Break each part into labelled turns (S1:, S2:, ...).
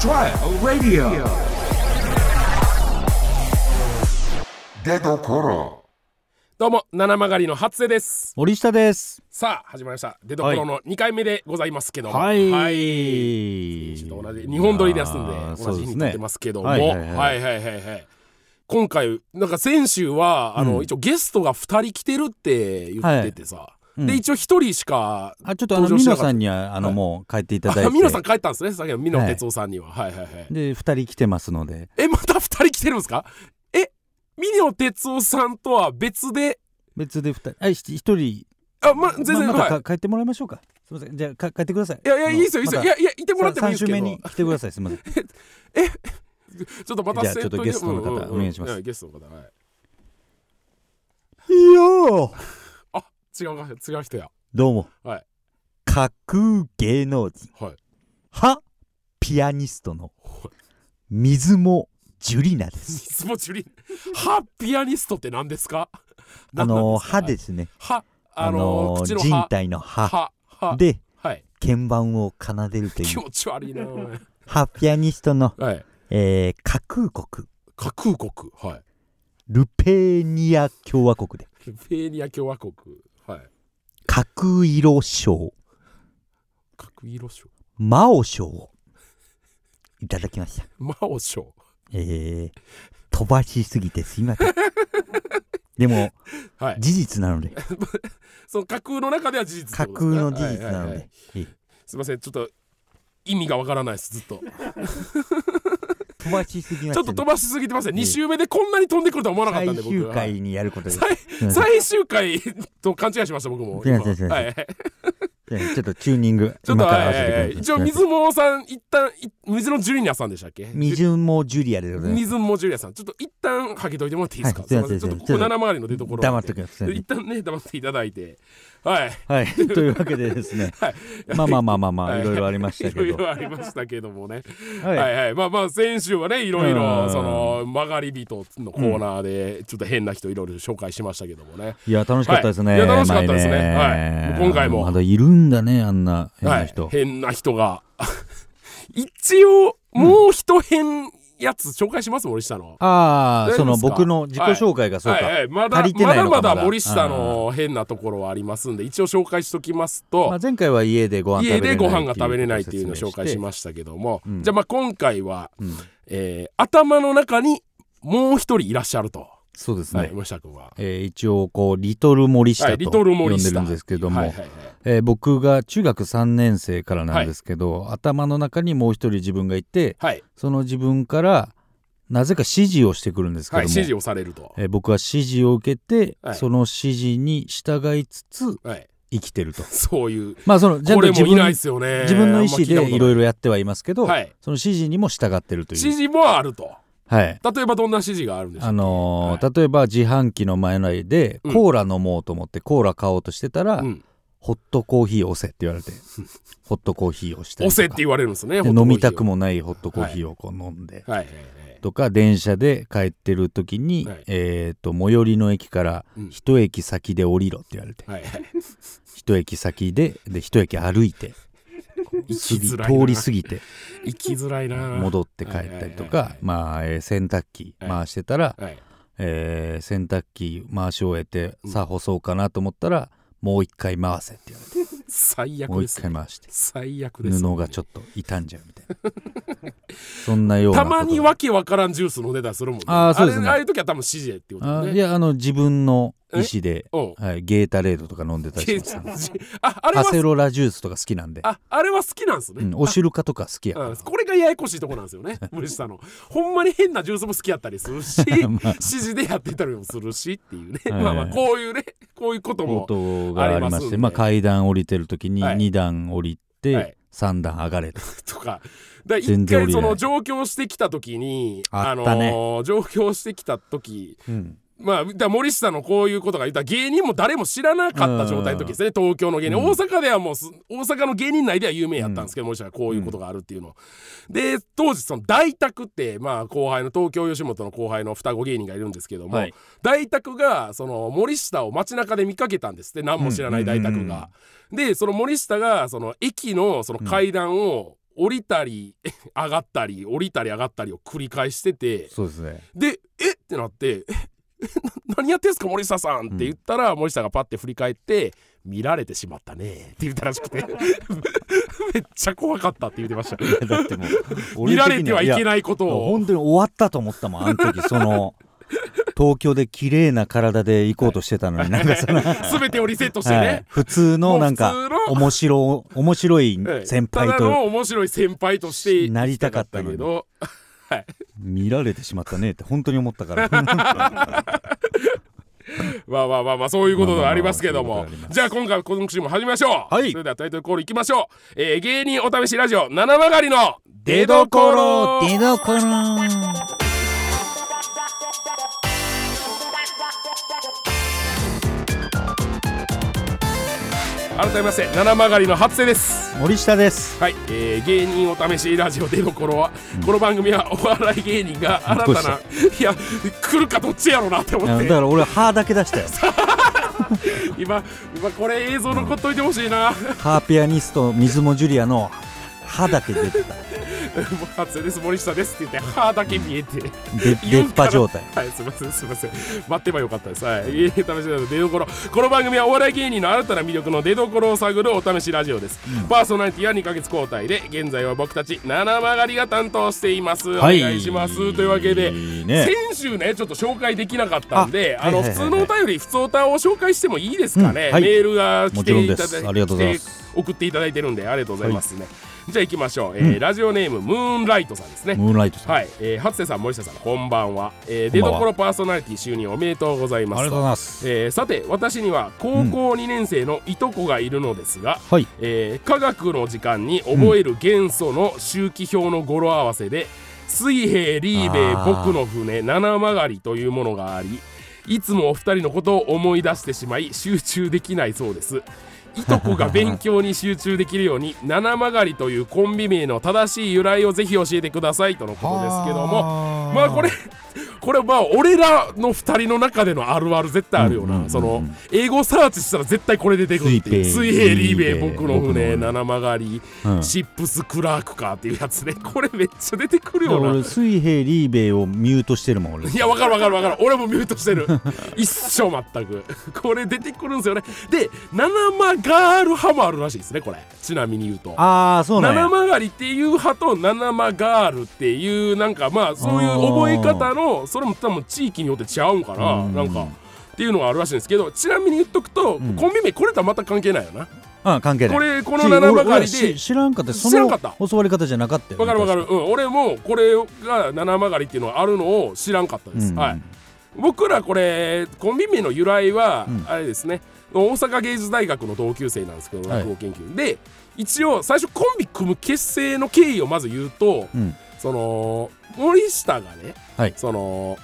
S1: trial radio 出どころ
S2: どうも七曲りの初瀬です
S3: 森下です。
S2: さあ始まりました出所の二回目でございますけども
S3: はい。
S2: ちょっと同じ日本撮りでやすん
S3: いやー
S2: で同じ日に撮
S3: そうで
S2: っ
S3: す
S2: て
S3: ね
S2: ますけどもは
S3: はいい
S2: は
S3: はいい
S2: は
S3: はい
S2: いはい今回なんか先週はあの一応ゲストが二人来てるって言っててさ
S3: いうん
S2: で一応一人しか
S3: あ、ちょっとあの、
S2: 登場
S3: ミ
S2: しな
S3: ノ
S2: かった
S3: さんには、あの、
S2: はい
S3: もう帰っていただい
S2: あ
S3: て。
S2: ミノさん帰ったんですねさっきのミノ哲夫さんにははいはいはい
S3: で、二人来てますので、
S2: えまた二人来てるんですかえミノ哲夫さんとは別で
S3: 別で二人、あ、ひ一人。
S2: あま全然
S3: まま
S2: はい
S3: たか帰ってもらいましょうか。すみません。じゃあ、か帰ってください。
S2: いやいや、
S3: あ
S2: い
S3: の
S2: いですよ、いいですよ。い、やいや、いて
S3: また
S2: もらってもいいです
S3: さ三週
S2: け
S3: 目
S2: ど。
S3: に来てください。す みません。
S2: ちょっとまた
S3: じゃあ
S2: セット
S3: ちょっとゲストの方
S2: うんうんうん
S3: お願いします
S2: やゲストの方、はい。
S3: よ
S2: あ、違うか、違う人や。
S3: どうも。
S2: はい。
S3: 架空芸能人。
S2: はい。
S3: は、ピアニストの、水もジュリナです。
S2: スポチュリン。歯ピアニストって何ですか。
S3: あの、歯
S2: 何なん
S3: ですすね。
S2: か。歯。あ
S3: あ
S2: の
S3: の
S2: ー、、口の
S3: 人
S2: 歯。
S3: 体の歯。
S2: 歯。歯。
S3: で、
S2: はい。
S3: 鍵盤を奏でるとい
S2: 気
S3: う、
S2: 持ち悪い な。おい
S3: ハピアニストの、
S2: はい。
S3: えー、架空国
S2: 架空国。はい。
S3: ルペーニア共和国で
S2: ルペーニア共和国。はい。
S3: 架空色賞
S2: 架空色賞。
S3: 魔王賞をいただきました
S2: 魔王賞。
S3: えー、飛ばしすぎてす いませんでも
S2: はい。
S3: 事実なので
S2: その架空の中では事実っ
S3: 架
S2: てこと
S3: 空
S2: ですね。
S3: の事実
S2: はいは
S3: ないの
S2: はい
S3: でえー
S2: すみません、ちょっと。意味がわからないです、ずっと。
S3: 飛ばしすぎま
S2: ちょっと
S3: した
S2: 飛
S3: ね
S2: ばしすぎてますね。2週目でこんなに飛んでくるとは思わなかったん
S3: 最
S2: で、
S3: 終
S2: 僕は。
S3: 回にやることです
S2: 最
S3: うん
S2: 最終回と勘違いしました、僕も。
S3: すいま
S2: 今
S3: せんすいま
S2: は
S3: せん
S2: いはい
S3: えーちょっとチュ ーニング
S2: ちょっと、
S3: 今から
S2: は
S3: 合わ
S2: いはいはい
S3: せてくだ
S2: 一
S3: さい
S2: 応、水もさん、一旦、い水のジュリアさんでしたっけ
S3: 水もジュリアでございます
S2: 水もジュリアさん。ちょっと一旦はけといてもらっていいですか、
S3: は
S2: す
S3: いすい
S2: み
S3: ま
S2: ませ
S3: せん
S2: ん。ちょっとこ
S3: すい
S2: こ
S3: ません
S2: 7曲りの出所なんで
S3: 黙っときますね
S2: 一旦ね、黙っていただいて。はい。
S3: はいというわけでですね
S2: はい
S3: まあまあまあまあま
S2: は
S3: あ
S2: い
S3: いろいろありました
S2: い
S3: け
S2: ろい
S3: ど
S2: ろありましたけどもね。
S3: はい
S2: はいはい。まあまあ、先週はね、いろいうろ、
S3: ん
S2: その、曲がり人のコーナーで、ちょっと変な人いろいろ紹介しましたけどもね。
S3: いや楽しかったですね。
S2: はいいや楽しかったですね
S3: 前
S2: はい今回も
S3: まだいるんだねあんな変な人。
S2: はい、変な人が 一応もう人変やつ紹介します森下の
S3: ああそ
S2: 大丈夫
S3: の
S2: ですか
S3: 僕の自己紹介がそうか。
S2: はいはい、まだ
S3: 足りてないのか
S2: まだま
S3: ま
S2: だ
S3: だ
S2: 森下の変なところはありますんで一応紹介しときます
S3: ま
S2: と
S3: あ、前回は家でご飯
S2: 家
S3: 食べれな
S2: で
S3: い
S2: ご飯が食べれないっていうのを紹介し
S3: す。
S2: ましたけども、
S3: うん
S2: じゃあまあ今回は、
S3: うん
S2: えー頭の中にもう一人いらっしゃると、
S3: そうですね。
S2: はい、森下君は。
S3: えー一応こうリトル森下
S2: はい、
S3: と
S2: リ
S3: 呼
S2: トル
S3: ん
S2: 森
S3: で
S2: 下
S3: るんですけども、
S2: はいはいはい
S3: えー僕が中学3年生からなんですけど、頭の中にもう一人自分がいて
S2: はい
S3: その自分からなぜか指示をしてくるんですけ
S2: は
S3: ど
S2: い、
S3: も、
S2: 指示をされると、
S3: えー僕は指示を受けて、
S2: はい
S3: その指示に従いつつ
S2: はい、
S3: 生きてると。
S2: そういう
S3: まあそのちゃん
S2: ことれ
S3: 自
S2: もい
S3: 分
S2: ないですよね
S3: 自分の意思でいろ
S2: い
S3: いろやってはいますけど、
S2: はい、
S3: その指示にも従ってると
S2: 指
S3: いう。
S2: 示もあると
S3: はい。
S2: 例えばどんな指示があるんでしょう
S3: あのー例えば自販機の前内で
S2: うん
S3: コーラ飲もうと思ってコーラ買おうとしてたら、
S2: うん、
S3: ホットコーヒー押せって言われてホットコーヒーをしたり
S2: 押
S3: と
S2: せ
S3: か
S2: って言われるんですね
S3: で飲みたく
S2: も
S3: もないホットコーヒーをこう飲んで、
S2: はいはい
S3: とか電車で帰ってる時に、
S2: はい
S3: えー、と最寄りの駅から
S2: うん
S3: 一駅先で降りろって言われて、
S2: はいはいはい
S3: 一駅先でで一駅歩いて こう
S2: 行き
S3: 通り
S2: づらいな
S3: 通り過ぎて
S2: 行きづらいな
S3: 戻って帰ったりと
S2: はいはいはいは
S3: か
S2: い
S3: まあ、えー洗濯機
S2: はい
S3: 回してたら、
S2: はい
S3: えー洗濯機回し終えて
S2: うん
S3: さあ干そうかなと思ったら、もう一回回せって言われて
S2: 最
S3: も
S2: 悪
S3: う
S2: で
S3: 一
S2: す
S3: 回回して
S2: 最悪です
S3: 布がちょっと傷んじゃうみたいな そんなような
S2: た
S3: こ
S2: ま
S3: と
S2: にわけわからんジュース飲んでたりするもんね
S3: あーそうですね
S2: あれああいう時は多分指示ってこと
S3: あ
S2: だよ
S3: い
S2: ね
S3: やあの自分の意思で、
S2: うん
S3: はい、ゲータレードとか飲んでたりします、
S2: ああれ
S3: アセ
S2: は
S3: ロラジュースとか好きなんで、
S2: ああれは好きなんですね、
S3: うん、お汁かとか好きやから
S2: うん、これがややこしいとこなんですよ ね森下のほんまに変なジュースも好きやったりするし、 指示でやってたりもするしっていうね、
S3: はい
S2: まあまあこういうねこういうことも
S3: 応答がありま
S2: あります
S3: し
S2: んで
S3: てまあ、階段降りてる時に
S2: はい
S3: 2段降り
S2: はい
S3: て3段上がれと、
S2: とかだから一
S3: 全然降
S2: 回
S3: り
S2: そ
S3: ない
S2: の上京してきた時に
S3: あったね
S2: あのー上京してきた時
S3: うん
S2: まあ、だから森下のこういうことが言ったら芸人も誰も知らなかった状態の時ですね東京の芸人、
S3: うん
S2: 大阪ではもうす大阪の芸人内では有名やったんですけど、森下がこういうことがあるっていうのをで当時その大宅って、まあ、後輩の東京吉本の後輩の双子芸人がいるんですけども、
S3: はい
S2: 大宅がその森下を街中で見かけたんですって何も知らない大
S3: う
S2: 宅
S3: んうんうん
S2: が。でその森下がその駅のその階段を降りたり 上がったり降りたり上がったりを繰り返してて
S3: そうですね
S2: でえってなってえ な何やってんすか森下さんって言ったら、森下がパッて振り返って見られてしまったねって言ったらしくて めっちゃ怖かったって言ってました
S3: いや だってもう
S2: 見られてはいけ
S3: い
S2: ないこと
S3: や
S2: を
S3: 本当に終わったと思ったもんあの時 その東京で綺麗な体で行こうとしてたのになんかそ の、
S2: 全てをリセットしてね、
S3: はい、普通のなんか
S2: もう普通の
S3: 面白面白い
S2: はい
S3: 先輩
S2: ただの
S3: と
S2: 面白い先輩として
S3: なりたかったの
S2: け
S3: に
S2: ど
S3: 見られてしまったねって本当に思ったから
S2: まあまあまあまあそういうことがありますけど
S3: まあ
S2: も
S3: まあまあそういうことがあります
S2: じゃあ今回はこの週も始めましょう、
S3: はい
S2: それではタイトルコールいきましょう、えー、芸人お試しラジオ七曲りの 出所
S3: 出どころ
S2: 改めまして七曲りの初瀬です
S3: 森下です
S2: はい、えー芸人お試しラジオ出所は、この番組はお笑い芸人が新たな
S3: ど
S2: いや来るかどっちやろうなって
S3: いや
S2: 思っ
S3: だ
S2: て
S3: から俺は歯だけ出した よ
S2: 今今これ映像残っといてほしいな も
S3: ハーピアニスト水もジュリアの歯だけ出てた
S2: う初です森下ですって言って歯だけ見えて
S3: で出っ歯状態
S2: はいすいませんすいません待ってばよかったですはい芸人お試しラジオ出所この番組はお笑い芸人の新たな魅力の出所を探るお試しラジオです、パーソナリティは2ヶ月交代で現在は僕たち七曲りが担当しています、お願いしますというわけで
S3: いいね
S2: 先週ねちょっと紹介できなかったんであ
S3: あはい
S2: の
S3: はい
S2: 普
S3: はい
S2: 通のお便り普通おたを紹介してもいいですかね、
S3: うんはい
S2: メールが来
S3: もちろ
S2: て
S3: ん
S2: い
S3: で
S2: ただい
S3: すありがとうございます
S2: 来て送っていただいてるんでありがとうございますね、じゃあ行きましょう、えーラジオネームムーンライトさんですね
S3: ムーンライトさん、
S2: はい、えー、初瀬さん森下さんこんばんは、えー、
S3: こ
S2: 出
S3: んばんは
S2: 所パーソナリティ就任おめでとうござい
S3: あ
S2: ま
S3: り
S2: す
S3: がとうございます
S2: えーさて私には高校2年生のいとこがいるのですが、
S3: はい
S2: えー科学の時間に覚える元素の周期表の語呂合わせで「水平リーベイ
S3: あー
S2: 僕の船七曲り」というものがありいつもお二人のことを思い出してしまい集中できないそうです。いとこが勉強に集中できるように 七曲りというコンビ名の正しい由来をぜひ教えてくださいとのことですけども
S3: はー
S2: まあこれこれまあ俺らの2人の中でのあるある絶対あるよな、
S3: うんうんうんうん
S2: その英語サーチしたら絶対これ出てくるっていう水
S3: 水
S2: 平
S3: 平
S2: リーベイ
S3: リーベイ
S2: 僕の
S3: 僕の
S2: 船
S3: 船
S2: 七曲がり、
S3: うん
S2: シップスクラークかっていうやつね これめっちゃ出てくる
S3: だから
S2: よな
S3: 俺水平リーベイをミュートしてるもん俺
S2: いやわかるわかるわかる俺もミュートしてる 一生全く これ出てくるんですよねで七曲がる派もあるらしいですねこれちなみに言うと
S3: ああそうなん
S2: 七
S3: や
S2: 曲りっていう派と七曲ガールっていうなんかまあそういう覚え方のそれも多分地域によって違うんかな
S3: うん
S2: なんかっていうのがあるらしいんですけどちなみに言っとくと、
S3: ん
S2: コンビ名これとはまた関係ないよな
S3: うん関係ない
S2: これこの七曲
S3: 俺
S2: りで
S3: し知らんかったそ
S2: 知らんか
S3: の
S2: った
S3: 教わり方じゃなかったよ
S2: わかるわかる
S3: 確
S2: うん俺もこれが七曲りっていうのがあるのを知らんかったです、
S3: うん
S2: はい僕らこれコンビ名の由来は
S3: うん
S2: あれですね、大阪芸術大学の同級生なんですけど
S3: はい
S2: 落語研究、で一応最初コンビ組む結成の経緯をまず言うと、
S3: うん
S2: その森下がね、
S3: はい
S2: その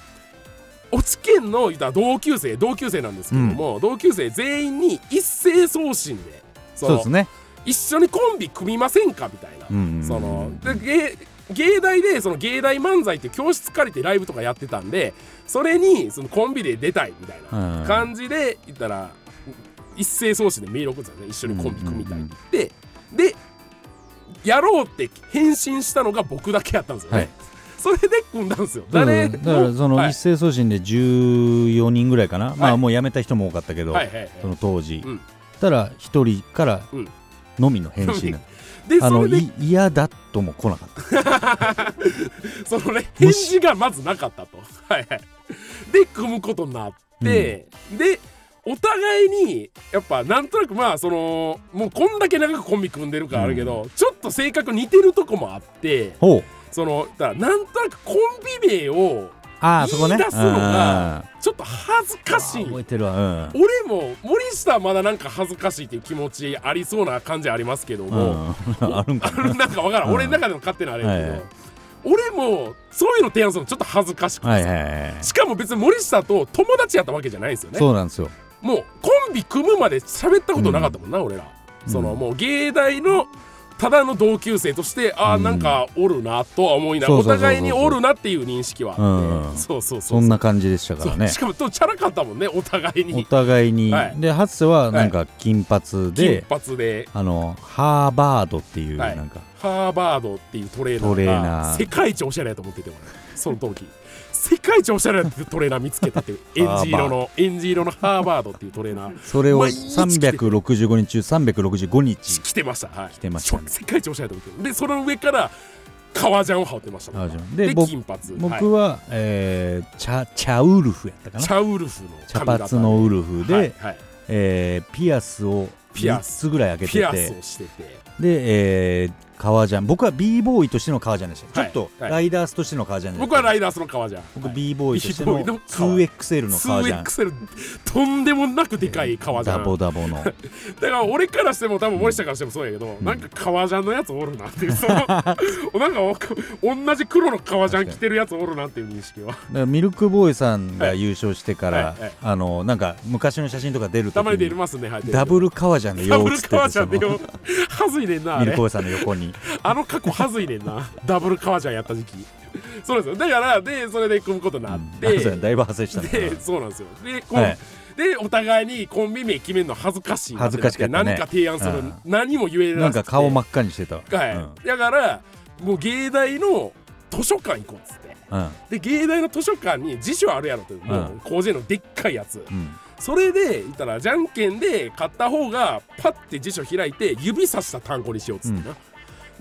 S2: 落ち県の言ったら同級生同級生なんですけども、同級生全員に一斉送信でそ
S3: そう
S2: の
S3: ですね
S2: 一緒にコンビ組みませんかみたいな、
S3: うん
S2: そので芸芸大でその芸大漫才っていう教室借りてライブとかやってたんでそれにそのコンビで出たいみたいな
S3: うん
S2: 感じで言ったら一斉送信でメール送ってたんですね一緒にコンビ組みたいって言って、でやろうって返信したのが僕だけやったんですよね、
S3: はい
S2: それで組んだんですよ
S3: だから
S2: 誰
S3: だ
S2: も
S3: からその
S2: はい
S3: 一斉送信で14人ぐらいかな、ま
S2: はい
S3: あもう辞めた人も多かったけど、
S2: はいはいはい
S3: その当時、
S2: うん
S3: ただ一人から
S2: うん
S3: のみの返信が、
S2: で
S3: あ
S2: そ
S3: の
S2: れで
S3: い嫌だとも来なかった
S2: そのね返事がまずなかったと。 はいはい、で組むことになって、でお互いにやっぱなんとなくまあそのもうこんだけ長くコンビ組んでるからあるけど、ちょっと性格似てるとこもあって
S3: ほう
S2: そのだからなんとなくコンビ名を
S3: ああそこね
S2: 言い出すのが
S3: うん
S2: ちょっと恥ずかしい。
S3: 覚えてるわうん
S2: 俺も森下はまだなんか恥ずかしいっていう気持ちありそうな感じありますけど
S3: う
S2: も、
S3: ん、あるんか
S2: あのなんかわからん、
S3: うん
S2: 俺の中での勝手なあれやけど、
S3: はいはい
S2: 俺もそういうの提案するのちょっと恥ずかしくて、
S3: なはいはいはい
S2: しかも別に森下と友達やったわけじゃないんですよね
S3: そうなんですよ
S2: もうコンビ組むまで喋ったことなかったもんな、俺らその、
S3: うん
S2: もう芸大のただの同級生としてああ
S3: うん
S2: なんかおるなとは思いながら
S3: そ
S2: お
S3: うそうそうそう
S2: 互いにおるなっていう認識はあって、
S3: うん
S2: そうそうそう
S3: そんな感じでしたか
S2: そう
S3: らね
S2: しかもとチャラかったもんねお互い
S3: お
S2: に
S3: 互いに、
S2: はい
S3: で初瀬はなんか金髪で、
S2: 金髪で
S3: あのハーバードっていう
S2: は
S3: ないんか、
S2: ハーバードっていうトレーナ
S3: トレ
S2: ーが
S3: ーナー
S2: 世界一おしゃれやと思ってて俺その時 世界一おしゃれなトレーナー見つけたっていうエンジ色のエンジ色のハーバードっていうトレーナー
S3: それを
S2: 毎日来て
S3: 365日中365日
S2: 来てましたはい
S3: 来てましたね
S2: ちょ世界一おしゃれやと思ってでその上から革ジャンを羽織ってました
S3: 革ジャン
S2: で
S3: で僕
S2: 金髪はい
S3: 僕は、えーチャチャウルフやったかな
S2: チャウルフの
S3: 茶
S2: 髪
S3: 髪
S2: 型
S3: のウルフで、
S2: はいはい
S3: えーピアスを
S2: ピア
S3: 3
S2: ス
S3: つぐらい開け
S2: ピ
S3: て
S2: アス
S3: て
S2: をしてて
S3: で、えー革ジャン僕は b ボーイとしての革ジャンでした、
S2: はい
S3: ちょっと
S2: はい
S3: ライダースとしての革ジャンで
S2: 僕はラ
S3: イ
S2: イダースの革ジャン
S3: 僕
S2: はい
S3: b ボーイとしての
S2: B-boy の革
S3: 2XL の革ジャン
S2: 2XL とんでもなくでかい革ジャン
S3: ダボダボの
S2: だから俺からしても多分森下からしてもそうやけど、なんか革ジャンのやつおるなっていうそ のなんか同じ黒の革ジャン着てるやつおるなっていう認識は
S3: だからミルクボーイさんが優勝してから、
S2: はいはい
S3: あのなんか昔の写真とか出ると
S2: た
S3: き
S2: まに出
S3: に
S2: ますねはい
S3: ダブル革ジャンで
S2: ダ
S3: よ
S2: ブ
S3: う
S2: ル
S3: 写って
S2: 革
S3: て
S2: ジャ
S3: そ
S2: ンで
S3: の
S2: よはずいねんなあ
S3: ミル
S2: れ
S3: クボーイさんの横に
S2: あの過去はずいねんなダブル革ジャンやった時期そうなんですよだからでそれで組むことになって、
S3: あそうだだいぶ派生したんだ
S2: で
S3: な
S2: そうなんですよでこう、
S3: はい
S2: でお互いにコンビ名決めるの恥ずかしいなてな
S3: 恥ずかしかったね
S2: 何か提案する、
S3: うん
S2: 何も言えない
S3: なんか顔真っ赤にしてたわ
S2: はい、
S3: うん
S2: だからもう芸大の図書館行こうっつって
S3: うん
S2: で芸大の図書館に辞書あるやろという、もう広辞苑のでっかいやつ、
S3: うん
S2: それで言ったらじゃんけんで買った方がパッて辞書開いて指さした単語にしようっつってな、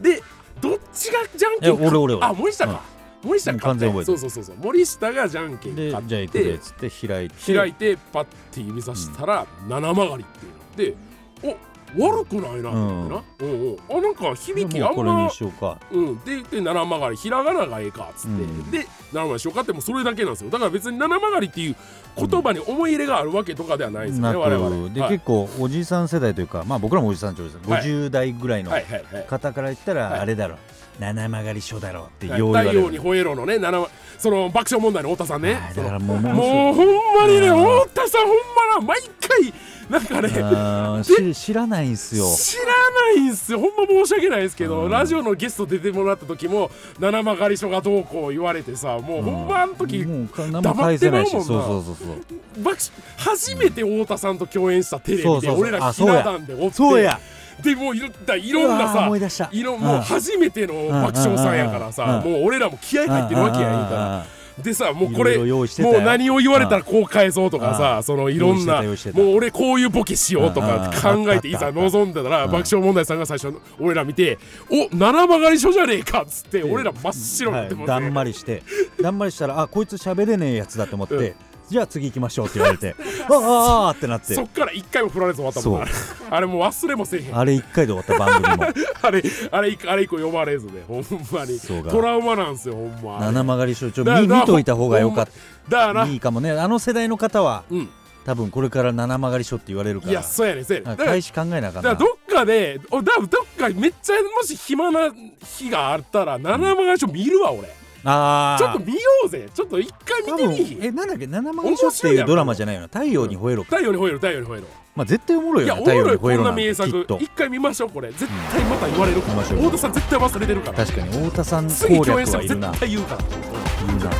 S2: でどっちがじゃんけん
S3: え俺俺俺
S2: あ森下か、森下
S3: うん
S2: か
S3: 完全覚えて
S2: そう
S3: る
S2: そうそうそう森下がじゃんけん
S3: でじゃ
S2: 買
S3: あ
S2: っ
S3: 行くでってつって開いて
S2: 開いてパッて指さしたら七曲がりっていうのでお悪くないなと思ってな、うんうんあなんか響きあ
S3: もうんこれ
S2: ま
S3: にしようか
S2: うん、でで七曲がりひらがながええかっつって、
S3: うん
S2: で七曲がりしようかってもうそれだけなんですよだから別に七曲がりっていう言葉に思い入れがあるわけとかではないんですよ
S3: な
S2: ね、我
S3: く
S2: 々
S3: で
S2: はい
S3: 結構おじさん世代というかまあ僕らもおじさんちょうどです
S2: はい
S3: 50代ぐらいの
S2: はいはいはい
S3: 方から言ったらあれだろ七曲がり書だろってよう言わ
S2: 太
S3: れる
S2: 陽に吠えろのね七曲その爆笑問題の太田さんね
S3: あー
S2: その
S3: だからもう
S2: もう
S3: も
S2: ほんまにね
S3: うん
S2: 太田さんほんまな毎回なんか
S3: う
S2: ね
S3: あーし知らないんすよ
S2: 知らないんすよほんま申し訳ないですけど、
S3: うん
S2: ラジオのゲスト出てもらった時も七曲がり書がどうこう言われてさもうほんまあの時、
S3: もうか何も
S2: 黙
S3: 返
S2: って
S3: せ
S2: ま
S3: な
S2: う
S3: い
S2: も
S3: し
S2: ん
S3: そ
S2: な
S3: うそうそうそう
S2: 爆笑初めて太田さんと共演したテレ
S3: そ
S2: ビ
S3: う
S2: で
S3: そうそう
S2: 俺ら
S3: あ
S2: ひ
S3: そう
S2: な
S3: や
S2: 壇でおって
S3: そうや
S2: でもういろだいろんな
S3: うわー
S2: さ
S3: 思い出した
S2: いろもう
S3: うん
S2: 初めての爆笑さんやからさ
S3: うん
S2: もう俺らも気合入ってるわけや
S3: うん
S2: 言うからでさもうこれ
S3: いろいろ用意してた
S2: も
S3: よ
S2: う何を言われたらこう返そうとか
S3: う
S2: さ
S3: ん
S2: そのいろんなも
S3: 用
S2: う
S3: 意してた用意してた
S2: 俺こういうボケしようとか
S3: うん
S2: 考えて
S3: うん
S2: い
S3: あった
S2: ざ
S3: あった
S2: 望んでたら爆笑問題さんが最初俺ら見て「お七曲がり書じゃねえか」っつって俺ら真っ白になって
S3: は
S2: も
S3: いうだ
S2: て
S3: んまりしてだんまりしたらあこいつ喋れねえやつだと思って、
S2: うん
S3: じゃあ次行きましょうって言わ れてあああーってなって
S2: そっから一回も振られず終わったもんなあれもう忘れもせえへん
S3: あれ一回で終わった番組 も
S2: あれ、あれ以降、あれ以降呼ばれずね、ほんまに。
S3: そうか
S2: トラウマなんですよ、ほんま。
S3: 七曲がり象徴
S2: だから
S3: 見
S2: な
S3: 見といた方がよかっ
S2: だからな、
S3: たいいかもねあの世代の方は
S2: うん。
S3: 多分これから七曲がり象って言われるか
S2: いや、
S3: ら
S2: そうやねん、そうやねん。
S3: なん
S2: だ
S3: か
S2: から、
S3: 開
S2: だ
S3: 始考えなあかっ
S2: から
S3: た
S2: どっかで、おだどっかめっちゃ、もし暇な日があったら、七曲がり書見るわ、俺。
S3: ああ
S2: ちょっと見ようぜ。ちょっと一回見
S3: 多
S2: て
S3: 分
S2: みいひ
S3: えなんだっけ七曲がり象っていうドラマじゃないよな太陽に吠えろか、
S2: 太陽に吠える、太陽に吠える。
S3: まあ絶対おもろい
S2: い
S3: よ
S2: や、
S3: ね
S2: お
S3: 太
S2: も
S3: 陽
S2: ろい、
S3: に吠
S2: こ
S3: え
S2: ん
S3: ろ
S2: な
S3: なんて
S2: 名
S3: きっ
S2: 作
S3: と。
S2: 一回見ましょう、これ。絶対また言われるから。
S3: ましょう
S2: 太田さん絶対忘れてるから。
S3: 確かに太田さん
S2: 次
S3: 攻
S2: 共演
S3: 略
S2: して
S3: は
S2: も
S3: いるな
S2: 絶対言うから。
S3: いるな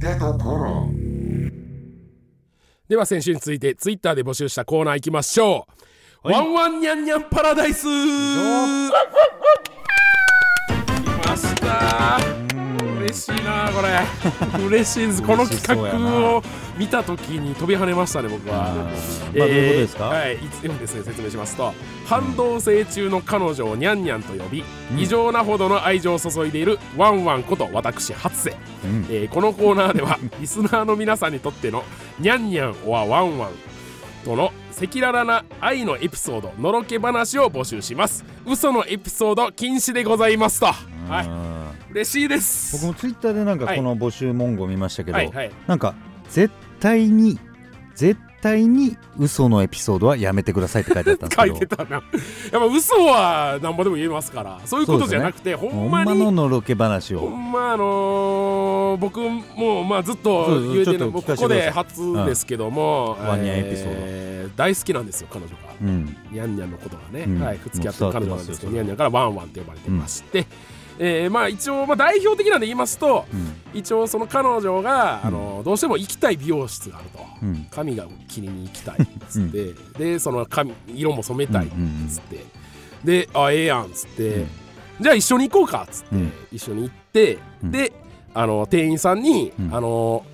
S1: 出どころ
S2: では先週についてツイッターで募集したコーナー行きましょう、ワンワンニャンニャンパラダイス来ました嬉しいなこれ 嬉しいですこの
S3: 嬉し
S2: 企
S3: そうやな
S2: 画を見た時に飛び跳ねましたね僕は、
S3: ーまあどういうことですか
S2: はいいつもですね説明しますと半同棲中の彼女をニャンニャンと呼び、異常なほどの愛情を注いでいるワンワンこと私初瀬
S3: うん
S2: えーこのコーナーではリスナーの皆さんにとってのニャンニャンはワンワンとの赤裸々な愛のエピソードのろけ話を募集します嘘のエピソード禁止でございますとは
S3: うん
S2: い嬉しいです
S3: 僕もツイッターでなんか
S2: はい
S3: この募集文言を見ましたけど、
S2: はいはい
S3: なんか絶対に絶対に嘘のエピソードはやめてくださいって書いてあったん です
S2: 書
S3: け
S2: い
S3: ど
S2: てたなやっぱ嘘はなんぼでも言えますからそういうことじゃなくて、ほ
S3: ほん
S2: んま
S3: まの
S2: に
S3: のろけ話
S2: ほ
S3: を
S2: んまあのー僕もまあずっ
S3: そ
S2: と
S3: うそう
S2: 言うてる
S3: ちょっと
S2: こ
S3: 聞かせ
S2: こ
S3: てくださ
S2: で
S3: い
S2: 初ですけども、
S3: うんワンニャンエピソード
S2: えー大好きなんですよ彼女が。
S3: うん
S2: ニャンニャンのことがね、
S3: うん
S2: はい、付き合ってる彼女なんですけど、
S3: も
S2: ニ
S3: う
S2: ャン
S3: 伝
S2: ニャンからワンワンって呼ばれてまして、えーまあ一応、まあ、代表的なんで言いますと、
S3: うん
S2: 一応その彼女が、あのどうしても行きたい美容室があると、
S3: うん
S2: 髪が切りに行きたいっつって、でその髪色も染めたいっつって、で「あええやん」っつって、
S3: うん
S2: じゃあ一緒に行こうか」っつって
S3: うん
S2: 一緒に行って、
S3: うん
S2: であの店員さんに、
S3: うん
S2: あの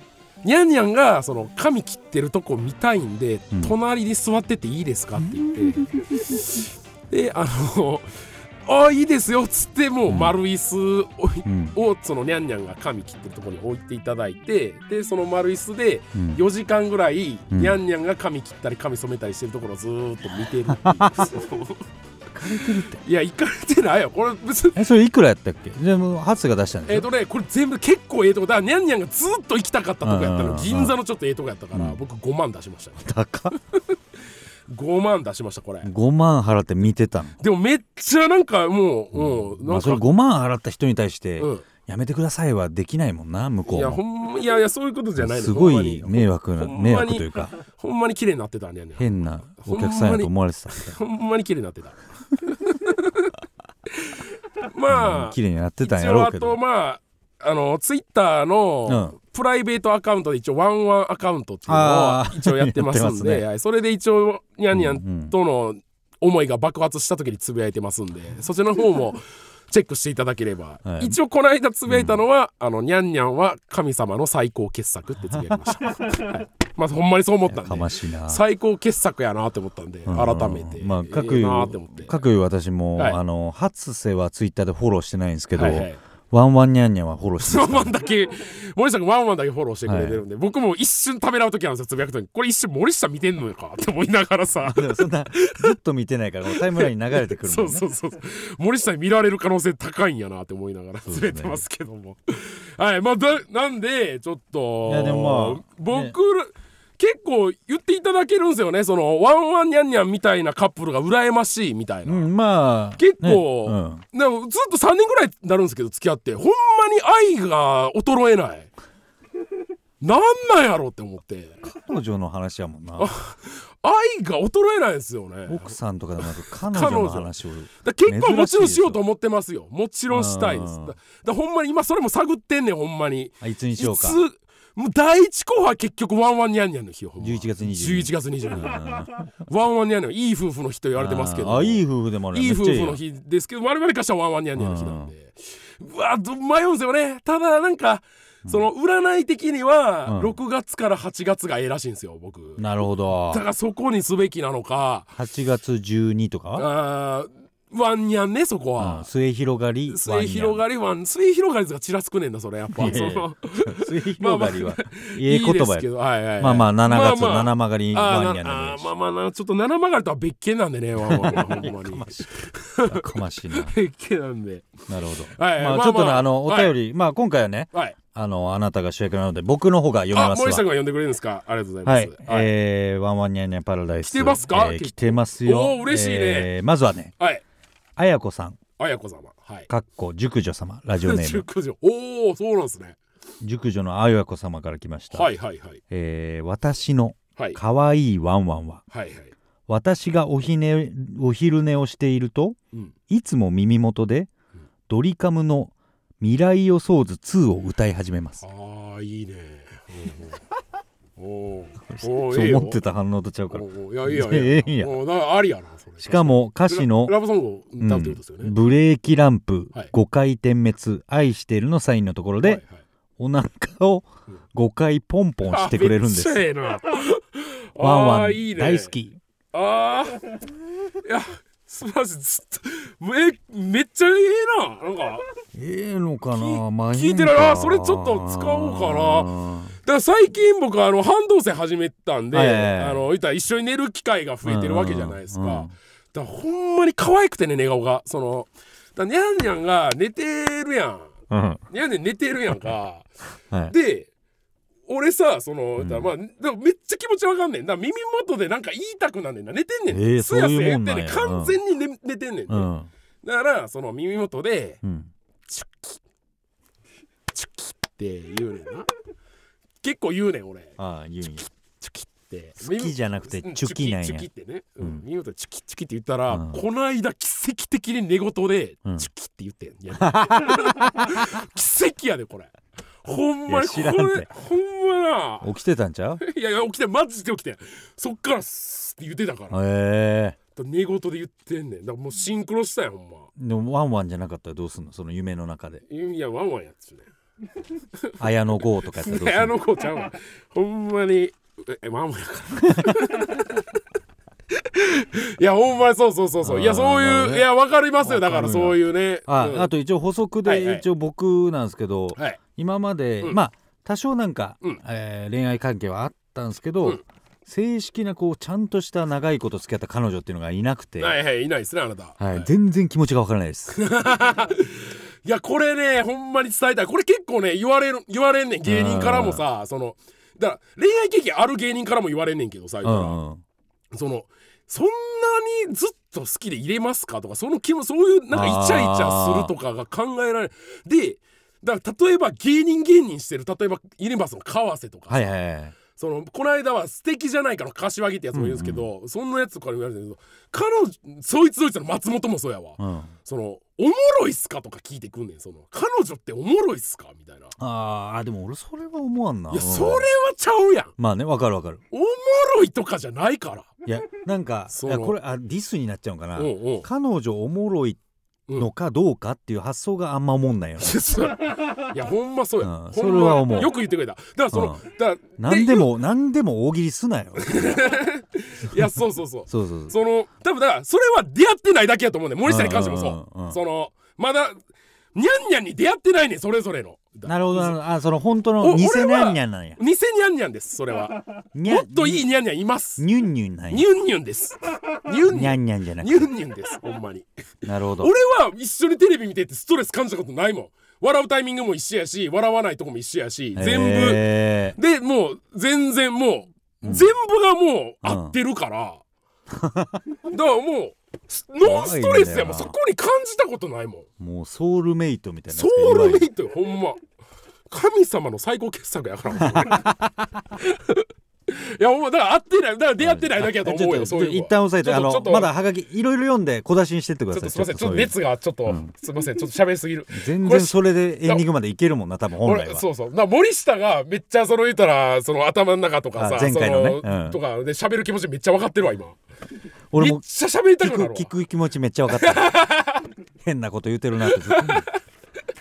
S2: ニャンニャンがその髪切ってるとこ見たいんで、
S3: うん
S2: 隣に座ってていいですかって言って、であの 「ああいいですよ」っつってもう丸椅子を
S3: うん
S2: をそのニャンニャンが髪切ってるところに置いていただいてでその丸椅子で
S3: うん
S2: 4時間ぐらい、
S3: うん
S2: ニャンニャンが髪切ったり髪染めたりしてるところをずーっと見てるっていう いや行かれてないよこれ別に
S3: えそれいくらやったっけでもハツが出したんで
S2: え
S3: し
S2: ー
S3: ょ
S2: とねこれ全部結構ええとこだからニャンニャンがずーっと行きたかったとこやった
S3: うんうん
S2: の
S3: うん
S2: 銀座のちょっとええとこやったから
S3: うん
S2: 僕5万出しましたね
S3: 高っ
S2: 5万出しましたこれ
S3: 5万払って見てたの
S2: でもめっちゃなんかもううん
S3: ま
S2: な
S3: あ
S2: ん
S3: それ
S2: か
S3: 5万払った人に対して
S2: うん
S3: やめてくださいはできないもんな向こ
S2: いうやほ
S3: も
S2: んまいやいやそういうことじゃないの
S3: す
S2: ほ
S3: ご
S2: んま
S3: い
S2: に
S3: 迷惑な
S2: ほんまに
S3: 迷惑というか
S2: ほんまに綺麗になってたニャンニャン
S3: 変なお客さんやと思われてたみたい
S2: ほんまに綺麗にな ってた。
S3: な
S2: ま
S3: うん
S2: あ、
S3: 綺麗になってたん
S2: 一
S3: や
S2: 応
S3: ろ
S2: あ
S3: うけ
S2: と
S3: ど
S2: まあ、あの、ツイッターの、
S3: うん
S2: プライベートアカウントで一応ワンワンアカウントっていうのを
S3: あー
S2: 一応やってますん
S3: やっ
S2: で
S3: てますね
S2: はいそれで一応ニャンニャ
S3: うんう
S2: ン
S3: ん
S2: との思いが爆発した時につぶやいてますんでそちらの方 もチェックしていただければ、
S3: はい
S2: 一応この間つぶやいたのは「あのニャンニャンは神様の最高傑作」ってつぶやきま した、はいまあほんまにそう思ったん
S3: か
S2: で
S3: ましいな
S2: 最高傑作やなって思ったんで、
S3: うん
S2: 改めて、
S3: まあか
S2: え
S3: く
S2: え
S3: いう
S2: なって思って
S3: かくいう私も、
S2: はい
S3: あの初瀬はツイッターでフォローしてないんですけど、
S2: はいはい、
S3: ワンワンニャンニャンはフォローして
S2: ワ
S3: ま
S2: ン
S3: す
S2: ワンだけ森下君ワンワンだけフォローしてくれてるんで、僕も一瞬ためらう時あるんですよつぶやく時にこれ一瞬森下見てんのかって思いながらさ
S3: でも そんなずっと見てないからタイムラインに流れてくる
S2: そ
S3: もん
S2: う
S3: ね
S2: そうそうそう森下に見られる可能性高いんやなって思いながら
S3: そうです
S2: つ
S3: ね
S2: れてますけども、はいまあだなんでちょっと
S3: いやでもまあね
S2: 僕ら、結構言っていただけるんですよねそのワンワンニャンニャンみたいなカップルが羨ましいみたいな、
S3: んまあ
S2: 結
S3: ね
S2: 構、
S3: うん
S2: でもずっと3年ぐらいになるんですけど付き合ってほんまに愛が衰えないなんなんやろって思って
S3: 彼女の話やもんな
S2: 愛が衰えないですよねだか
S3: 奥さんとかでもなく彼女の話を
S2: ら結婚もちろんしようと
S3: 珍しいでしょ
S2: 思ってますよもちろんしたいです
S3: う
S2: だ
S3: ん
S2: だからほんまに今それも探ってんねんほんまに
S3: あいつに
S2: い
S3: しようか
S2: つもう第一候補は結局ワンワンニャンニャンの日よほんま
S3: 11月22
S2: 11月22ワンワンニャンニャンいい夫婦の日と言われてますけど
S3: あーあいい夫婦でもある
S2: いい夫婦の
S3: 日
S2: 日ですけど我々からしたらワンワンニャンニャンの日なんで、うわど迷うんですよねただなんかその占い的には
S3: うん
S2: 6月から8月がええらしいんですよ僕だ
S3: なるほど
S2: からそこにすべきなのか
S3: 8月12とかは、
S2: あーワンニャンねそこ
S3: うん
S2: は、
S3: 末広がり
S2: 末広がりワン末広がりがちらつくねんだそれやっぱ
S3: いやい
S2: そ
S3: や
S2: の
S3: 末広がりは、え
S2: い
S3: え
S2: い
S3: 言
S2: で
S3: 葉
S2: す
S3: や
S2: けど、はいはいはい
S3: まあまあ7月
S2: まあまあ
S3: 七曲がり
S2: あー
S3: ワンニャ
S2: な
S3: ンの
S2: あーまあまあなちょっと七曲がりとは別件なんでねワ ンワンはほんまに
S3: やかましいな
S2: 別件なんで
S3: なるほど。
S2: はい
S3: ま
S2: ま
S3: あ
S2: あ
S3: ちょっとね
S2: まあ
S3: あのお便りまあ今回はね
S2: はい
S3: あのあなたが主役なので僕の方が読み
S2: あ
S3: ます
S2: 森下君
S3: わ。
S2: が呼んでくれるんですかありがとうござ
S3: はいい
S2: ま、す、
S3: えー、ワンワンニャンニャンパラダイス
S2: 来てますか
S3: えー
S2: 結構
S3: 来てますよ
S2: おー嬉しいね
S3: ーまずはね
S2: はい
S3: あやこさん
S2: あやこ様。はい。
S3: かっこ熟女様ラジオネ ーム
S2: 19条おお、そうなんですね。
S3: 熟女のあやこ様から来ました、
S2: はいはいはい。
S3: えー私の
S2: はい。
S3: かわいいワンワンは
S2: はいはい。
S3: 私がおひねお昼寝をしていると
S2: うん。
S3: いつも耳元で
S2: うん
S3: ドリカムの「未来予想図2」を歌い始めます
S2: ああ、いいね。おーおー。おお。
S3: そう思って
S2: た
S3: た反応とちゃうから
S2: いやいやい
S3: ええや
S2: や。
S3: ん
S2: おーだからありやな。それ
S3: しかも歌詞の
S2: ララブソングを
S3: うん
S2: 歌うってことですよね。
S3: ブレーキランプ、
S2: はい
S3: 5回点滅愛してるのサインのところで、
S2: はいはい
S3: お腹を
S2: うん
S3: 5回ポンポンしてくれるんで
S2: あ
S3: す
S2: めっちゃええな。
S3: ワンワ
S2: あ
S3: ン
S2: ーいいね
S3: 大好。き
S2: ああ。いや、素晴らしい。ずっとめめっちゃええな。なんか。
S3: ええのかな
S2: き
S3: まあ
S2: 聞いてるなそれちょっと使おうかなだから最近僕あの半導線始めたんで、
S3: はいはいはい
S2: あの言ったら一緒に寝る機会が増えてるわけじゃないですか、
S3: うんうんうん
S2: だからほんまに可愛くてね寝顔がそのだからニャンニャンが寝てるやん
S3: なうん
S2: ニャンニャン寝てるやんか
S3: はい
S2: で俺さその、
S3: うん
S2: だからまあだからめっちゃ気持ちわかんねんだから耳元でなんか言いたくなんねんな寝てんねん、
S3: えー
S2: すやすや
S3: そういう
S2: 言
S3: もん
S2: って
S3: なんん
S2: ね
S3: や
S2: ん完全に寝寝てんねんて、
S3: うん
S2: だからその耳元で
S3: うん
S2: って言うねんな結構言うねん俺
S3: ああ言うんや
S2: チュキって
S3: 好きじゃなくて
S2: うん
S3: チュキなん
S2: チュ
S3: や
S2: キってね、う
S3: うん
S2: ん、見事チュキチュキって言ったら、
S3: うん
S2: この間奇跡的に寝言で、
S3: うん
S2: チュキって言ってんいや 奇跡やでこれほんまに
S3: いや
S2: こ
S3: 知
S2: れ
S3: らん
S2: ほ
S3: て
S2: んまな
S3: 起きてたんちゃう
S2: いやいや起きてマジで起きてそっからスって言ってたからだか
S3: ええ
S2: と寝言で言ってんねんだからもうシンクロしたよほんま
S3: でもワンワンじゃなかったらどうすんのその夢の中で
S2: いやワンワンやっつね
S3: 綾野剛とかやったらど うす
S2: あ
S3: んの
S2: の子ちゃん はほんまにえワンワンやから いやほんまにそうそうそうそういや
S3: あー
S2: そう
S3: なる
S2: い
S3: ほ
S2: う、
S3: ど
S2: い
S3: ね
S2: やわかりますよだから
S3: わかるんや
S2: そういうね
S3: あ
S2: うん
S3: あと一応補足
S2: はいは
S3: で
S2: い
S3: 一応僕なんですけど、
S2: はい
S3: 今まで、
S2: うん
S3: まあ多少なんか、
S2: うん
S3: えー恋愛関係はあったんですけど、
S2: うん
S3: 正式なこうちゃんとした長いこと付き合った彼女っていうのがいなくて、
S2: はいはいいないですねあなた
S3: はい
S2: はい
S3: 全然気持ちがわからない です。
S2: いやこれねほんまに伝えたいこれ結構ね言われる言われんねん芸人からもさそのだから恋愛経験ある芸人からも言われんねんけどさ、
S3: う
S2: 言ったら
S3: んうん
S2: そのそんなにずっと好きで入れますかとかその気もそういうなんかイチャイチャするとかが考えられないでだから例えば芸人芸人してる例えばユニバースの川瀬とか、
S3: はいはいはい。そ
S2: そのこの間は「素敵じゃないか」の柏木ってやつもいるんですけど、そんなやつとかに言われてるけど彼女そいつそいつの松本もそうやわ、
S3: うん、
S2: その「おもろいっすか?」とか聞いてくんねんその彼女っておもろいっすかみたいな。
S3: あーでも俺それは思わんな。
S2: いや
S3: うん
S2: それはちゃうやん
S3: まあねわかるわかる。
S2: おもろいとかじゃないから
S3: いやなん かい
S2: その
S3: やこれあディスになっちゃうのかな
S2: うん。うんい
S3: 彼女おもろいのかどうかっていう発想があんま思んないよね。
S2: やそういやほんまそうや、
S3: うん
S2: ほんま
S3: それは思う
S2: よく言ってくれただからその、
S3: う
S2: だから
S3: 何でも何でも大喜利すなよ。
S2: いやそうそうそう
S3: そうそうそう。
S2: その多分だからそれは出会ってないだけやと思うねん森下に関してもそう,、
S3: うんうんうん
S2: そのまだにゃんにゃんに出会ってないねんそれぞれの
S3: なるほどなる
S2: ど
S3: ほどあその本当
S2: お
S3: の偽
S2: 俺
S3: ニ
S2: は
S3: ャンニャンなんや。
S2: 偽にゃんにゃんですそれは
S3: にゃ
S2: もっといいにゃんにゃんいます
S3: ニュンニュンなん
S2: に
S3: や。
S2: ゅんにゅんですにゅん
S3: ニ
S2: にゅ
S3: ャ
S2: ん
S3: ンニャンじゃなく
S2: にゅんにゅんですほんまに
S3: て。なるほど。
S2: 俺は一緒にテレビ見ててストレス感じたことないもん笑うタイミングも一緒やし笑わないとこも一緒やし全
S3: へ
S2: 部でもう全然もう、
S3: うん
S2: 全部がもう合ってるから、だからもうすノンストレスやもん
S3: 怖いんだよな
S2: そこに感じたことないもん
S3: ーもうソウルメイトみたいなやつ
S2: ソ
S3: がい
S2: ウ
S3: るわ
S2: ル
S3: け。
S2: メイトよほんま神様の最高傑作やからほんま にいやほんまだから合ってないだから出会ってないだけやと思う
S3: あ
S2: よ
S3: ちょ
S2: そ
S3: っ
S2: う
S3: と
S2: いうのは
S3: 一旦押さえて
S2: ちょ
S3: あ
S2: っとちょ
S3: の
S2: っと
S3: まだハガキいろいろ読んで小出しにしてってくだ
S2: ちょっと
S3: さ
S2: すいま
S3: い。
S2: せんちょっと
S3: そういう
S2: 熱がちょっと、
S3: ん
S2: すいませんちょっと喋りすぎる
S3: 全然それでエンディングまでいけるもんな多分本来
S2: 俺
S3: は。
S2: そうそうだから森下がめっちゃその言ったらその頭の中とかさ
S3: あ前回のね
S2: その
S3: うん
S2: とかで喋る気持ちめっちゃ分かってるわ今め
S3: 俺
S2: っ
S3: も
S2: ちゃ喋りた
S3: 聞
S2: く
S3: く
S2: なるわ
S3: 聞く気持ちめっちゃ分かった。 変なこと言ってるなってずっと思う。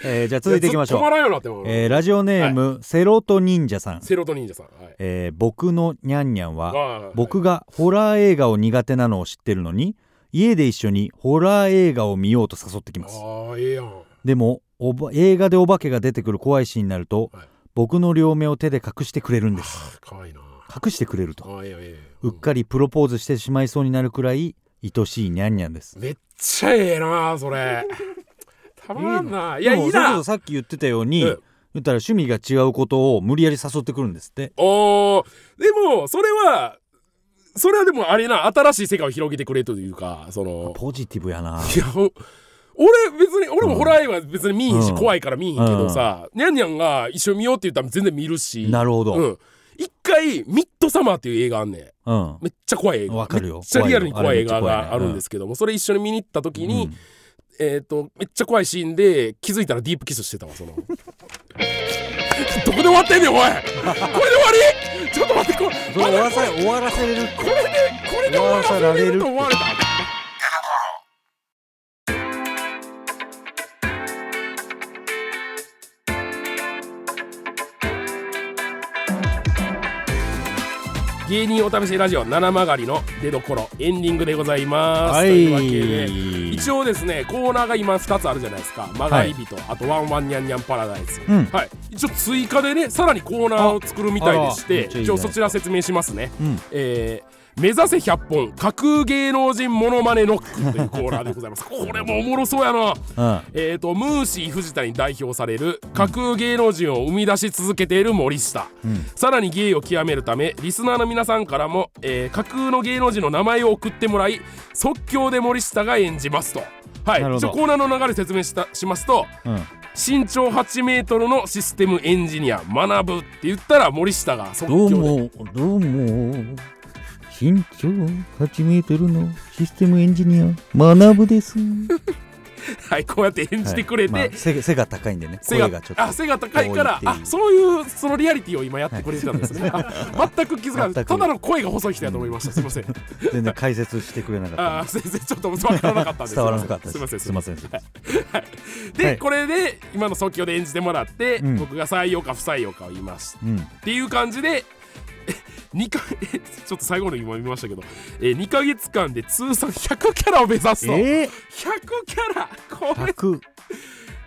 S3: えーじゃあ続いていきましょ
S2: やずっと止ま
S3: う。
S2: らんよなって思う、
S3: えーラジオネームセロトニンジャさん。
S2: セロトニンジャさんはい
S3: えー僕のニャンニャンは
S2: ああ
S3: 僕がホラー映画を苦手なのを知ってるのに家で一緒にホラー映画を見ようと誘ってきます
S2: ああええやん
S3: でもおば映画でお化けが出てくる怖いシーンになると、
S2: はい
S3: 僕の両目を手で隠してくれるんです
S2: かわいいなあ
S3: 隠してくれると
S2: あええやんええやん
S3: うっかりプロポーズしてしまいそうになるくらい愛しいニャンニャンです
S2: めっちゃええなそ れたまんないや
S3: でも
S2: いい
S3: それこ
S2: な
S3: そさっき言ってたように、
S2: うん
S3: 言ったら趣味が違うことを無理やり誘ってくるんですって
S2: おーでもそれはそれはでもあれな新しい世界を広げてくれというかその
S3: ポジティブやない
S2: やほん俺別に俺もホラー映画別に見いひんし、
S3: うん
S2: 怖いから見いひんけどさ、ニャンニャンが一緒に見ようって言ったら全然見るし
S3: なるほ
S2: う
S3: ど、
S2: ん、一回ミッドサマーっていう映画あんねん
S3: うん、
S2: めっちゃ怖い映画
S3: わかるよ
S2: めっちゃリアルに怖
S3: 怖
S2: い
S3: い
S2: 映
S3: よ
S2: 画
S3: あれめっちゃ怖
S2: が
S3: いね
S2: あるんですけども、それ一緒に見に行った時に、
S3: うん
S2: えっ、とめっちゃ怖いシーンで気づいたらディープキスしてたわその どこで終わってんねんおいこれで終わりちょっと待ってこれ
S3: それ終わらせ終わらせれる
S2: これでこれで終わらせられると思われた芸人お試しラジオ七曲りの出所エンディングでございます、
S3: はい
S2: というわけで一
S3: 応
S2: 応ですねコーナーが今2つあるじゃないですか曲がり人、あとワンワンニャンニャンパラダイス、
S3: うん
S2: はい一応追加でねさらにコーナーを作るみたいでし
S3: ああら
S2: て
S3: めっちゃい
S2: 一
S3: いじゃ
S2: 応
S3: ないです
S2: そ
S3: か
S2: ちら説明しますね
S3: うん
S2: えー目指せ100本架空芸能人モノマネノックというコーナーでございますこれもおもろそうやな
S3: うん
S2: えーとムーシー藤田に代表される架空芸能人を生み出し続けている森下、
S3: うん
S2: さらに芸を極めるためリスナーの皆さんからも、えー架空の芸能人の名前を送ってもらい即興で森下が演じますとはい
S3: なるほ
S2: 一
S3: ど
S2: 応コーナーの流れ説明したしますと
S3: うん
S2: 身長8メートルのシステムエンジニア学ぶって言ったら森下が即
S3: ど
S2: 興
S3: う
S2: で
S3: もどうも身長8メートルのシステムエンジニア学ぶです
S2: はい、こうやって演じてくれて、
S3: はいまあ背背が高いんでね
S2: 背
S3: 声
S2: が
S3: がちょっと
S2: あ背が高いから
S3: 遠いって
S2: あ
S3: いう
S2: そういうそのリアリティを今やってくれてたんです ね、あ全く気づかな
S3: 全
S2: い
S3: く
S2: ただの声が細い人やと思いましたすいません
S3: 全然解説してくれなかった
S2: あ
S3: んで
S2: 先生ちょっと分からなかったんです
S3: 伝わらなかった
S2: すいません
S3: すいません
S2: はいで、
S3: はい
S2: これで今の即興で演じてもらって、
S3: うん
S2: 僕が採用か不採用かを言います
S3: うん
S2: っていう感じで2かちょっと最後の今見ましたけど、え2か月間で通算100キャラを目指すと、
S3: え
S2: 100キャラ
S3: ー、
S2: これ
S3: 100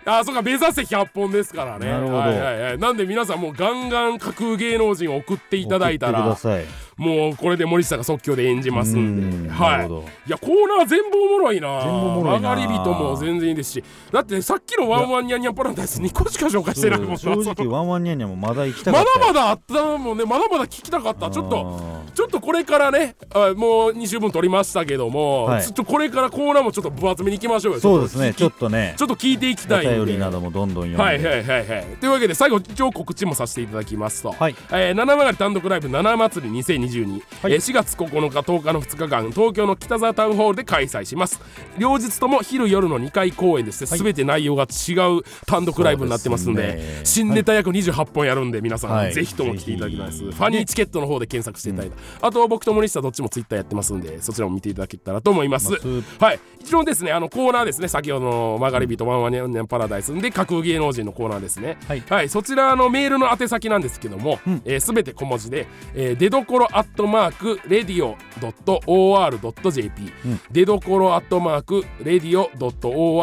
S2: あそうか目指せ100本ですからね
S3: なるほど
S2: はいはいはい、なんで皆さんもうガンガン架空芸能人を送っていただいた
S3: 送
S2: ら
S3: ってください
S2: もうこれで森下が即興で演じますん
S3: う
S2: で
S3: ん
S2: は
S3: ないるほど
S2: いやコーナー全部おもろいな
S3: 全部おもろいな
S2: 曲がり人も全然いいですしだってさっきのワンワンニャンニャンパラダイス2個しか紹介してないもんな
S3: 正
S2: そ
S3: 直
S2: の
S3: ワンワンニャンニャンもまだ行きた
S2: ま
S3: かっ
S2: だ
S3: た
S2: ま
S3: だ
S2: だあったもんねまだまだ聞きたかったちょっと
S3: と
S2: ちょっとこれからねあもう2週分撮りましたけども、
S3: はい
S2: ちょっとこれからコーナーもちょっと分厚めにいきましょうよ
S3: そうですねちょっ
S2: と聞き
S3: とね
S2: ちょっと聞いていき
S3: お
S2: たいんで
S3: 便りなどもどんどん読んで、
S2: はいはいはいはいというわけで最後一応告知もさせていただきますと、
S3: はい
S2: えー七曲り単独ライブ七祭り2022、
S3: はい
S2: えー4月9日10日の2日間東京の北沢タウンホールで開催します両日とも昼夜の2回公演でして、
S3: はい
S2: 全て内容が違う単独ライブになってますんで
S3: そうですね
S2: 新ネタ約28本やるんで皆さん、
S3: はい
S2: ぜひとも来ていただきたいです
S3: ぜ
S2: フ
S3: ひ
S2: ァニーチケットの方で検索していただいた、あと僕と森下どっちもツイッターやってますんでそちらも見ていただけたらと思います、
S3: ます
S2: はい、一応ですねあのコーナーですね先ほどの「曲がり人ワンワンニャンニャンパラダイス」で架空芸能人のコーナーですね
S3: はい
S2: そちらのメールの宛先なんですけども、えー、全て小文字で、えー、出どころアットマークレディオ .or.jp、出どころアットマークレディオ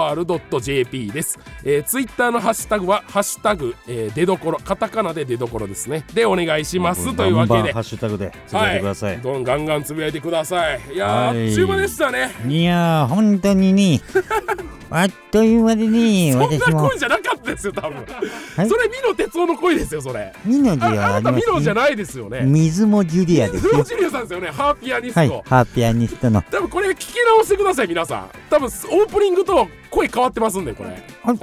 S2: .or.jp です、えー、ツイッターのハッシュタグは「ハッシュタグ、えー、出どころ」カタカナで出どころですねでお願いしますというわけ
S3: バンバン
S2: で
S3: ハッシュタグでつぶやいてください、
S2: どんガンガンつぶやいてくださいいやー、
S3: はい
S2: あっちゅう間でしたね
S3: い、やー本当 にねあっという間でね
S2: そん
S3: 私
S2: な
S3: も
S2: 声じゃなかったですよ多分
S3: はい
S2: それミノ哲夫の声ですよそれ
S3: ミノで
S2: ああ
S3: は
S2: な
S3: あり
S2: た
S3: ま
S2: ミノじ
S3: す
S2: ゃないですよね
S3: 水もジュリアです
S2: フロ
S3: よ
S2: ジリアさんですよねハーピアニスト、
S3: はいハーピアニストの
S2: 多分これ聞き直してください皆さん多分オープニングと声変わってますんでこれ
S3: あれ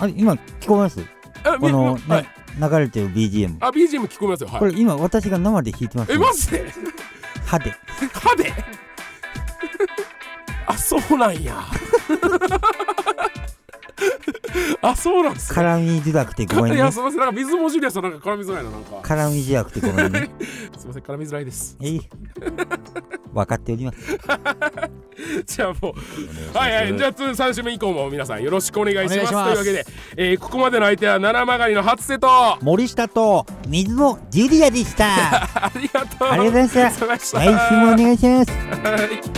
S3: あれ今聞こえます
S2: あ
S3: こ
S2: み
S3: の、ね
S2: はい、
S3: 流れてる BGM
S2: あ BGM 聞こえますよ
S3: こ
S2: はい
S3: れ今私が生で弾いてます
S2: えマジで
S3: 歯で
S2: 歯で あそうなんや あそうなんですね
S3: 絡みづらくてごめん
S2: い
S3: ね
S2: やすいませんなんか水もジュリアさんなんか絡みづらいななんか
S3: 絡みづらくてごめ んね
S2: すいません絡みづらいです
S3: えい分かっております
S2: じゃあもうはいはいじゃあ3週目以降も皆さんよろしくお願いします
S3: お願いし
S2: と
S3: ます
S2: いうわけで、えーここまでの相手は七曲りの初瀬とあ
S3: 森下と水もジュリアでしたあ
S2: りがとう
S3: りがとうございまし
S2: ご
S3: た
S2: ざいました
S3: 来週もお願いします
S2: はい